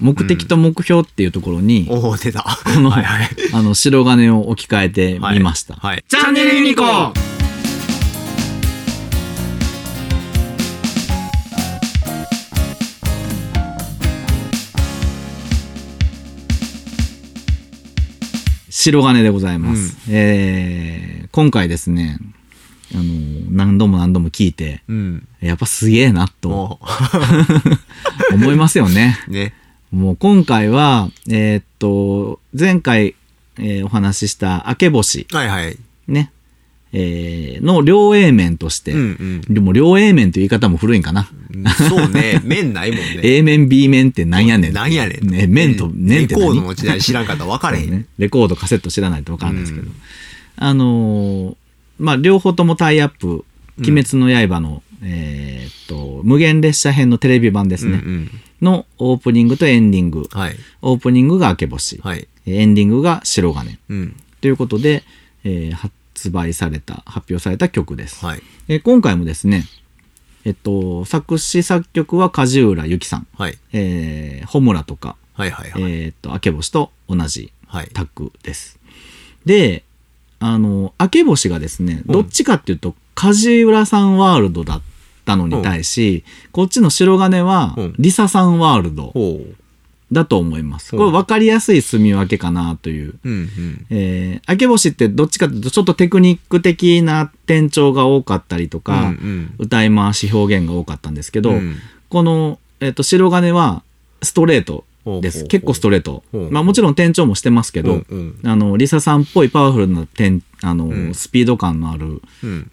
目的と目標っていうところに、おお、出た。この、はいはい。あの、白金を置き換えてみました。はい。チャンネルユニコーン白金でございます。えー今回ですね、あの、何度も何度も聞いて、うん。やっぱすげえなとも 思いますよね。う、 ね。もう今回は、えーっと、前回、えーお話しした明け星、はいはい。ね、えーの両 A 面として、うんでも両 A 面という言い方も古いんかな。うん。そ うね。面ないもんね。 A 面、B 面ってなんやねん。なんやねん。ね、面と、面っレてコード何の時代知らんかったら分かれへん。ねレコード、カセット知らないとわかんないですけど。うんあのーまあ、両方ともタイアップ、鬼滅の刃の、えーっと、無限列車編のテレビ版ですうんうね、ん。のオープニングとエンディング。はい。オープニングが明け星、はい。エンディングが白金。うん。ということで、えー発売された、発表された曲です。はい。えー今回もですね、えっと、作詞作曲は梶浦由紀さん、はい。えー、穂村とか、はいはいはい。えーっと、明け星と同じはい。タッグです。で、あの、明け星がですね、うんどっちかっていうと、梶浦さんワールドだったのに対し、こっちの白金はうん、リサさんワールドほう。だと思います。うんこれ分かりやすい住み分けかなという。うんうん。えー、明け星ってどっちかというとちょっとテクニック的な転調が多かったりとか、うん歌い回し表現が多かったんですけうど、ん。うんこの、えっと白金はストレートです。ほうほうほう結構ストレート。ほうほうまあもちろん転調もしてますけど、うんうんあの、リサさんっぽいパワフルな転あの、んスピード感のある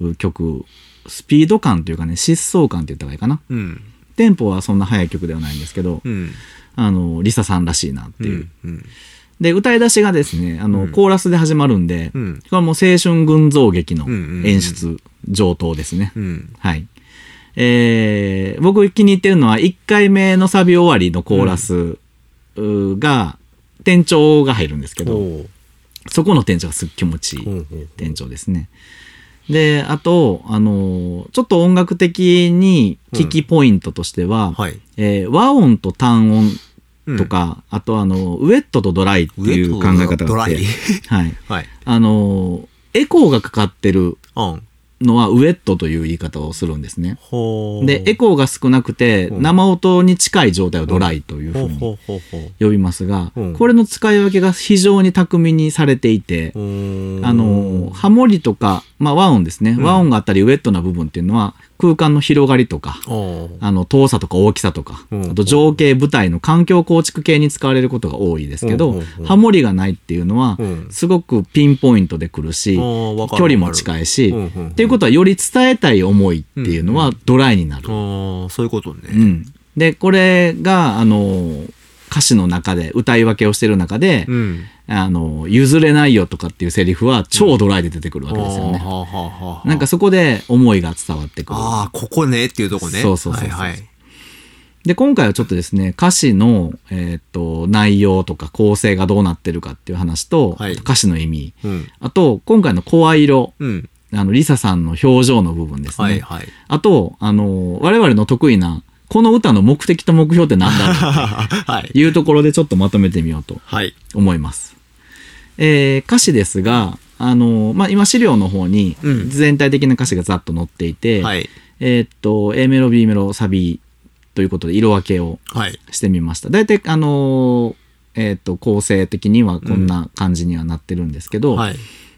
うん。曲、スピード感というかね、疾走感って言った方がいいかな。うん。テンポはそんな速い曲ではないんですけど、うん。あの、リサさんらしいなっていう。うん。で、歌い出しがですね、あの、コーラスで始まるんで、うんこれはもう青春群像劇のうんうんうん演出、上等ですね。うん。はい。えー、僕気に入ってるのは、1回目のサビ終わりのコーラスうーが、転調が入るんですけど、ほそこの転調がすっごい気持ちいい。う。ほうほう。店長ですね。で、あと、あのーちょっと音楽的に聞きポイントとしては、はい。えー和音と単音とか、あとあの、ウェットとドライっていう考え方ドがあっラてイ。。 はい。はい。あのーエコーがかかってるうん。のはウェットという言い方をするんですね。ほう。で、エコーが少なくて、うん生音に近い状態をドライというふうほうほにうほうほう。呼びますが、うんこれの使い分けが非常に巧みにされていて、うーんあの、ハモリとか、まあ和音ですね。ん和音があったりウェットな部分っていうのは、空間の広がりとか、おーあの、遠さとか大きさとか、うんあと情景、舞台の環境構築系に使われることが多いですけうんどうんうん、ハモリがないっていうのはう、んすごくピンポイントで来るし、あーわ距かる離も近いし、うんうんうんっていうことはより伝えたい思いっていうのはドライになる。ああ、そういうことうね。ん。で、これが、あの、歌詞の中で、歌い分けをしてる中で、ん。あの、譲れないよとかっていうセリフは超ドライで出てくるわけですよね。はあはあはあなんかそこで思いが伝わってくる。ああ、ここねっていうとこね。そうそうそうそうはいはい。で、今回はちょっとですね、歌詞の、えーっと、内容とか構成がどうなってるかっていう話と、はい歌詞の意味、うん。あと、今回の声色、うん。あの、リサさんの表情の部分ですね。はいはい。 あと、あの、我々の得意な、この歌の目的と目標って何だろはい。ういうところでちょっとまとめてみようとはい。思います。えー歌詞ですが、あのまあ、今資料の方にうん全体的な歌詞がざっと載っていて、はい。えーっと、A メロ、B メロ、サビということで色分けをはい。してみました。大体、あのーえーっと、構成的にはこんな感じにはなってるんですけど、はい。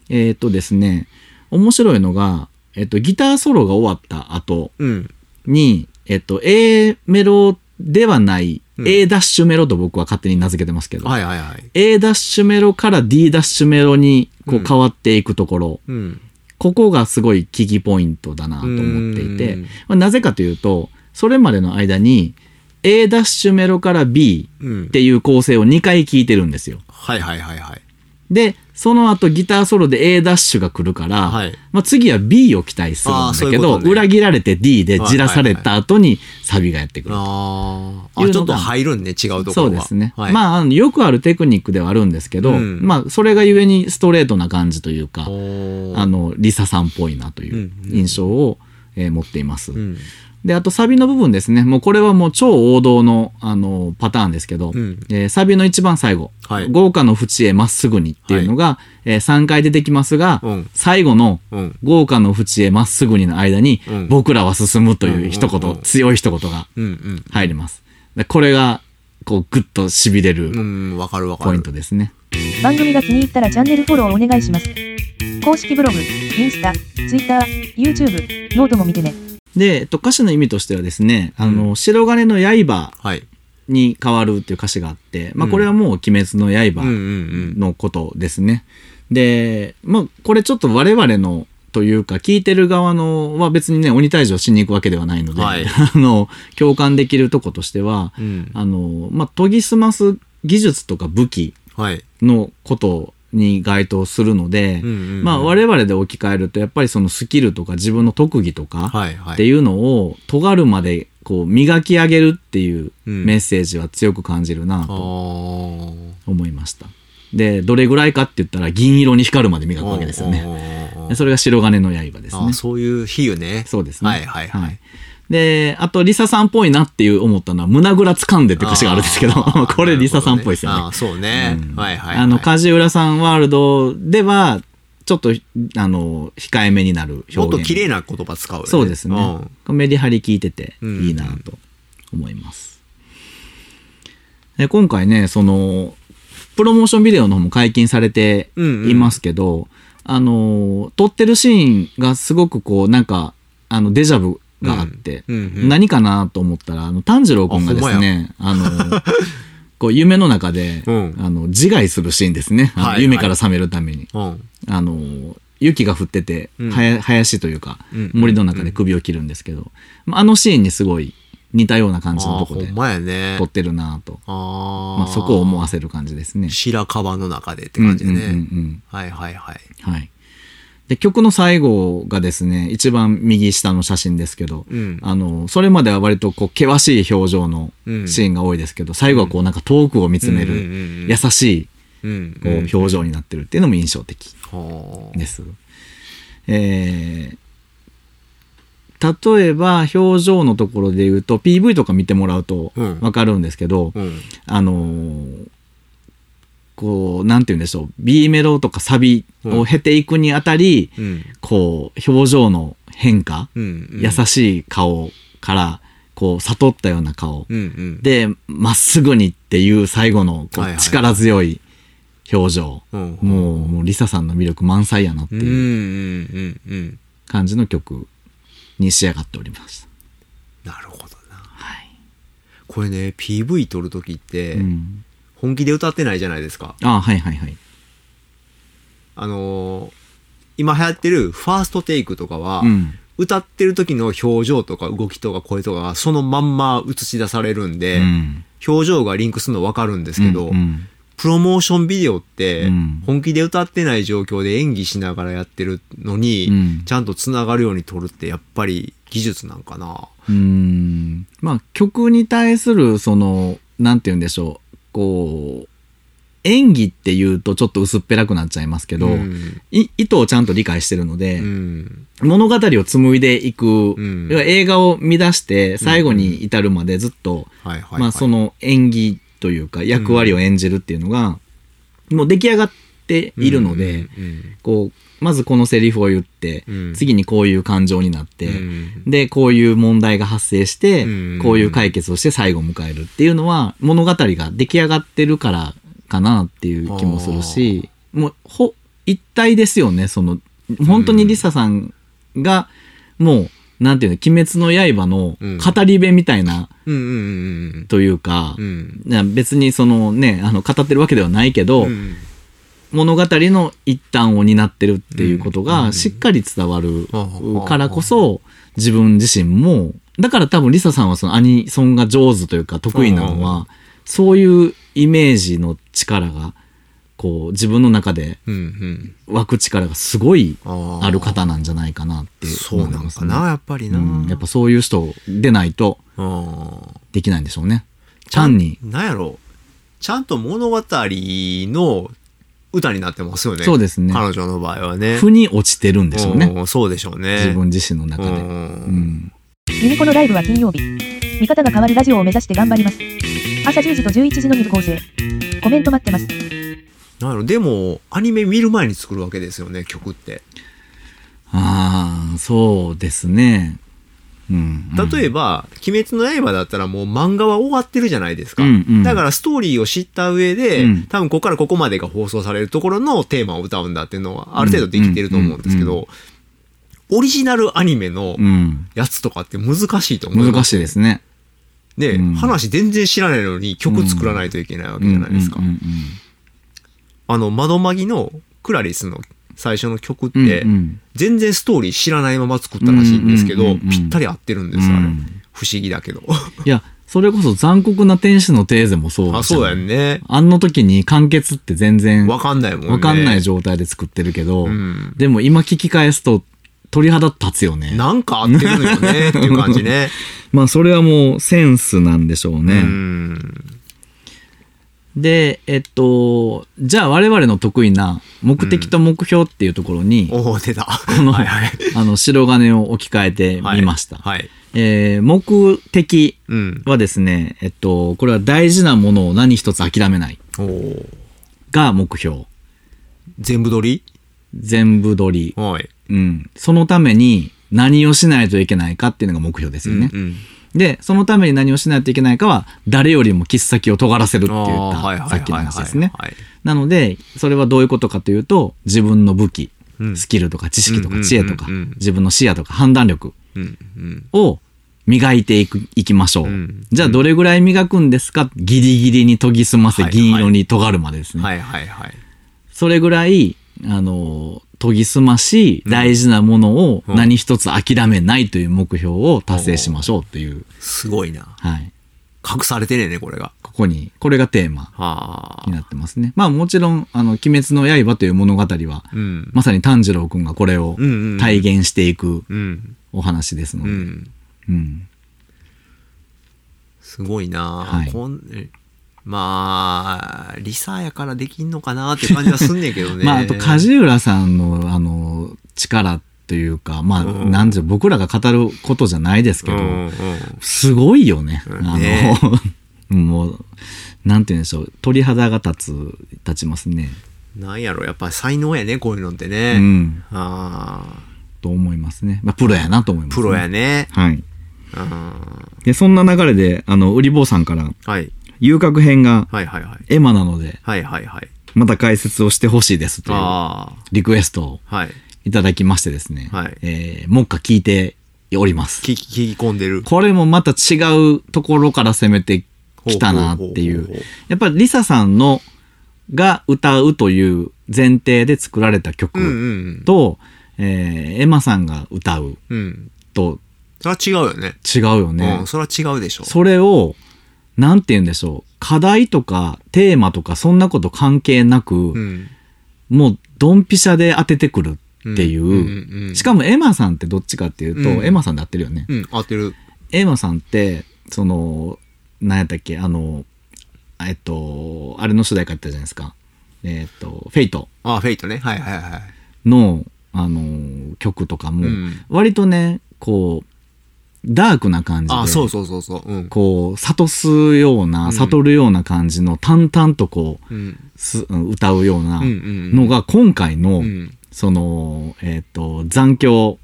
えーっとですね、面白いのが、えーっと、ギターソロが終わった後うん。に、えーっと、A メロではない、うん A ダッシュメロと僕は勝手に名付けてますけど、はいはいはい。 A ダッシュメロから D ダッシュメロにこううん変わっていくところ、うん。ここがすごい危機ポイントだなと思っていてうん、まあなぜかというと、それまでの間に A ダッシュメロから B うんっていう構成を2回聞いてるんですよ。はいはいはいはい。で、その後ギターソロで A ダッシュが来るから、はいまあ次は B を期待するんだけあーそういうど、ことね裏切られて D でじらされた後にサビがやってくる。いあーうのあ。がちょっと入るんね、違うところは。そうですね。はい。あ。まああの、よくあるテクニックではあるんですけど、うんまあ、それがゆえにストレートな感じというか、おーあの、リサさんっぽいなといううんうん印象を、えー持っています。うん。で、あとサビの部分ですね。もうこれはもう超王道の、あの、パターンですけど、うんえーサビの一番最後、はい豪華の縁へまっすぐにっていうのが、え3回出てきますが、うん最後の、うん。豪華の縁へまっすぐにの間に、うん僕らは進むという一言、うんうんうん強い一言がうん入ります。でこれが、こう、ぐっと痺れうん。うるん、わかるわかポインる。トですね。番組が気に入ったらチャンネルフォローお願いします。公式ブログ、インスタ、ツイッター、YouTube、ノートも見てね。で、えっと、歌詞の意味としてはですね、あの、白金の刃はい。に変わるっていう歌詞があって、まあ、うんこれはもう鬼滅の刃、うんうんうん。のことですね。で、まあ、これちょっと我々のというか、聞いてる側のは別にね、鬼退治をしに行くわけではないので、は いあの、共感できるとことしては、うん。あの、まあ、研ぎ澄ます技術とか武器はい。のことに該当するので、うんうんうんまあ、我々で置き換えると、やっぱりそのスキルとか自分の特技とか、はいはっい。ていうのを、尖るまで、こう、磨き上げるっていうメッセージは強く感じるなあとー思いました。で、どれぐらいかって言ったら銀色に光るまで磨くわけですよね。おーおーおーでそれが白金の刃ですあねー。そういう比喩ね。そうですね。はいはいはいで、あと、リサさんっぽいなっていう思ったのは、胸ぐら掴んでって歌詞があるんですけど、あ ーこれリサさんっぽいですなるよほね。どねあーそうね。うんはいはいはい。あの、梶浦さんワールドでは、ちょっと、あの、控えめになる表現。もっと綺麗な言葉使うよね。そうですねん。メリハリ聞いてていいなと思います。で今回ね、その、プロモーションビデオの方も解禁されていますけど、あの、撮ってるシーンがすごくこう、なんか、あの、デジャブがあって、うんうんうん何かなと思ったら、あの、炭治郎くんがですね、あ の、こう、夢の中で、うんあの、自害するシーンですね。あのはいはい夢から覚めるために。うん。あの、雪が降ってて、うんはや林というか、うん森の中で首を切るんですけど、まああのシーンにすごい似たような感じのああー、とこほでんまやね撮。ってるなぁと、あまあ、あ。そこを思わせる感じですね。白樺の中でって感じでうんうんね。うんうんはいはいはい。はい。で、曲の最後がですね、一番右下の写真ですけど、うんあの、それまでは割とこう、険しい表情のシーンが多いですけど、最後はこう、なんか遠くを見つめうんうんうんる、うん優しうんい、こう、表情になってるっていうのも印象的。ほーです。えー例えば表情のところで言うと PV とか見てもらうとうん分かるんですけど、うん。あのーこうなんて言うんでしょう B メロとかサビを経ていくにあたり、うん。こう表情の変化、うん。うん優しい顔からこう悟ったような顔、うんうん。でまっすぐにっていう最後のこはいはうい力強い表情、うんもうもうリサさんの魅力満載やなってういんううんうんうん。感じの曲に仕上がっております。なるほどな。はい。これね、PV 撮るときってう、ん、本気で歌ってないじゃないですか。あはいはいはい。あのー今流行ってるファーストテイクとかは、うん。歌ってる時の表情とか動きとか声とかがそのまんま映し出されるんで、うん表情がリンクするの分かるんですけど、うんプロモーションビデオってうん本気で歌ってない状況で演技しながらやってるのに、うんちゃんとつながるように撮るってやっぱり技術なんかな。うんまあ曲に対するそのなんて言うんでしょうこう演技っていうとちょっと薄っぺらくなっちゃいますけど、うんい意図をちゃんと理解してるので、うん物語を紡いでいく、うん要は映画を見出して最後に至るまでずっと、はいはいはい、まあ、その演技というか役割を演じるっていうのが、もう出来上がっているので、うんこうまずこのセリフを言って、うん次にこういう感情になって、うんでこういう問題が発生して、うんこういう解決をして最後を迎えるっていうのは物語が出来上がってるからかなっていう気もするしもうほ一体ですよねその本当にリサさんがもうなんていうの「鬼滅の刃」の語り部みたいなうんうんうんというか、うんうんな別にそのねあの語ってるわけではないけど、うん物語の一端を担ってるっていうことうんうがんしっかり伝わるうんからこそ自分自身もだから多分リサさんはそのアニソンが上手というか得意なのうんうはそういうイメージの力がこう自分の中でうんうん湧く力がすごいあーある方なんじゃないかなってそう思いなんますかねな、やっぱりな。うんやっぱそういう人でないとうんできないんでしょうね。単になんやろちゃんと物語の歌になってますよね。そうですね彼女の場合はね。腑に落ちてるんでしょうね。うんそうでしょうね。自分自身の中で。うんうんユニコのライブは金曜日。見方が変わるラジオを目指して頑張ります。朝10時と11時の2部構成。コメント待ってます。なるでも、アニメ見る前に作るわけですよね、曲って。ああ、そうですね。うん。例えば、鬼滅の刃だったらもう漫画は終わってるじゃないですか。うんうんだからストーリーを知った上で、うん多分ここからここまでが放送されるところのテーマを歌うんだっていうのはある程度できてると思うんですけど、うんうオリジナルアニメのうん。やつとかって難しいと思ういん。ま難す。しいですね。ね、うん話全然知らないのに曲作らないといけないわけじゃないですか。うんうんうんあの、窓マギのクラリスの最初の曲っうん。て、うんうん全然ストーリー知らないまま作ったらしいんですけうんうんど、うんうんぴったり合ってるんです、あれうん。不思議だ けど。いや、それこそ残酷な天使のテーゼもそうあ、でしたそうだねよね。あの時に完結って全然わかんないもんね。わかんないじ状態で作ってるけど、うんでも今聞き返すと鳥肌立つよね。なんか合ってるのよね、っていう感じね。まあそれはもうセンスなんでしょ ううね。ん。で、えっと、じゃあ我々の得意な目的と目標っていうところに、おお、出た。この、はいはい。 あの、白金を置き換えてみました。はい。はいえー目的うん。はですね、えっと、これは大事なものを何一つ諦めないおお。が目標。全部撮り全部取り。はい。うん。そのために何をしないといけないかっていうのが目標ですよね。うんうん。で、そのために何をしないといけないかは、誰よりも切っ先を尖らせるって言っあーはいはた、いさっきの話ですね。はいはいはいなので、それはどういうことかというと、自分の武器、うんスキルとか知識とうかん知恵とかうんうんうん、自分の視野とか判断力うん。うん。を磨いていく、いきましょう。うんじゃあ、どれぐらい磨くんですかギリギリに研ぎ澄ませ、はい銀色に尖るまでですね。はいはいはい。それぐらい、あの、研ぎ澄まし、大事なものをうん何一つ諦めないという目標を達成しましょうという、すごいな。はい。隠されてねえね、これが。ここに、これがテーマはあに。なってますね。まあもちろん、あの、鬼滅の刃という物語は、うん。まさに炭治郎くんがこれをうんうんうん体現していくうん。お話ですのうで。ん。うん。すごいな、はいこんえまあ、リサやからできんのかなって感じはすんねんけどね。 まああと、梶浦さんの、あの、力というか、まあ、うんなんじゃ、僕らが語ることじゃないですけど、うんうんすごいよね。うんあねの、 もう、なんて言うんでしょう、鳥肌が立つ、立ちますね。なんやろ、やっぱ才能やね、こういうのってうね。ん。ああ、と思いますね。まあ、プロやなと思います、プロや。ね。はい。うんで、そんな流れで、あの、ウリ坊さんから、はい。遊郭編がはいはいはい。エマなので、はいはいはい。また解説をしてほしいですというあリクエストをあ、はい。いただきましてですね、はいえー、もっか聞いております。聞き、聞き込んでる。これもまた違うところから攻めてきたなっていほうほうほうほうう。やっぱりリサさんのが歌うという前提で作られたうんう曲んと、えーエマさんが歌ううん。うん。とそれは違うよね。違うよね。うん、それは違うでしょ。それを、なんて言うんでしょう。課題とかテーマとかそんなこと関係なく、うん。もうドンピシャで当ててくるっていう。うんうんうんしかもエマさんってどっちかっていうと、うんエマさんで合ってるよね。うん、合ってる。エマさんって、その、何やったっけ、あの、えっと、あれの主題歌やったじゃないですか。えっと、フェイトああ、フェイトね。はいはいはい。の、あの、曲とかも、うん割とね、こう、ダークな感じで、ああ、そうそうそうそう。うん。こう、悟すような、ん悟るような感じの、淡々とこう、うん。すうん歌うようなうんうんのが、今回の、うん。その、えっ、と、残響、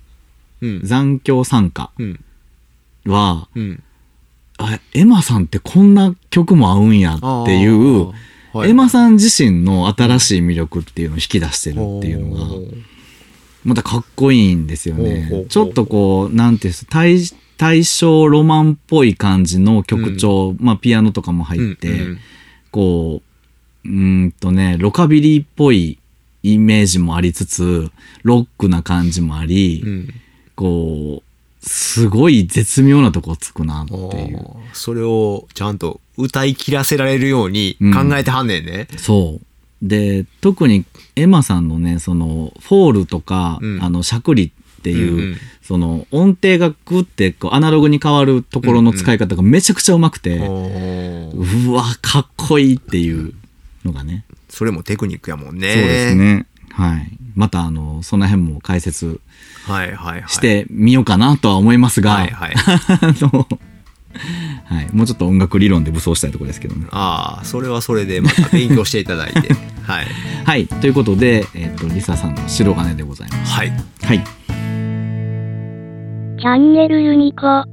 うん。残響参加うん。は、うん。あ、エマさんってこんな曲も合うんやっていう、あー、はいエマさん自身の新しい魅力っていうのを引き出してるっていうのが、ほまたかっこいいんですよほうほうほねう。ちょっとこう、なんていうんです対対象ロマンっぽい感じの曲調、まあピアノとかも入って、うんうんこう、うーんとね、ロカビリーっぽいイメージもありつつ、ロックな感じもあり、うんこう、すごい絶妙なとこつくなっていう。あーそれをちゃんと歌い切らせられるようにうん考えてはんねんね。そう。で、特にエマさんのね、その、フォールとか、うんあの、しゃくりっていう、うんうんその、音程がグッて、こう、アナログに変わるところの使い方がめちゃくちゃうまくて、うおーわ、かっこいいっていうのがね。それもテクニックやもんね。そうですね。はい。またあのその辺も解説はいはいはい。してみようかなとは思いますが、はいは いあの、はい、もうちょっと音楽理論で武装したいところですけどね。ああ、それはそれでまた勉強していただい て。はい。はい、ということで、えっとリサさんの白金でございまはい。す。はいチャンネルユニコ。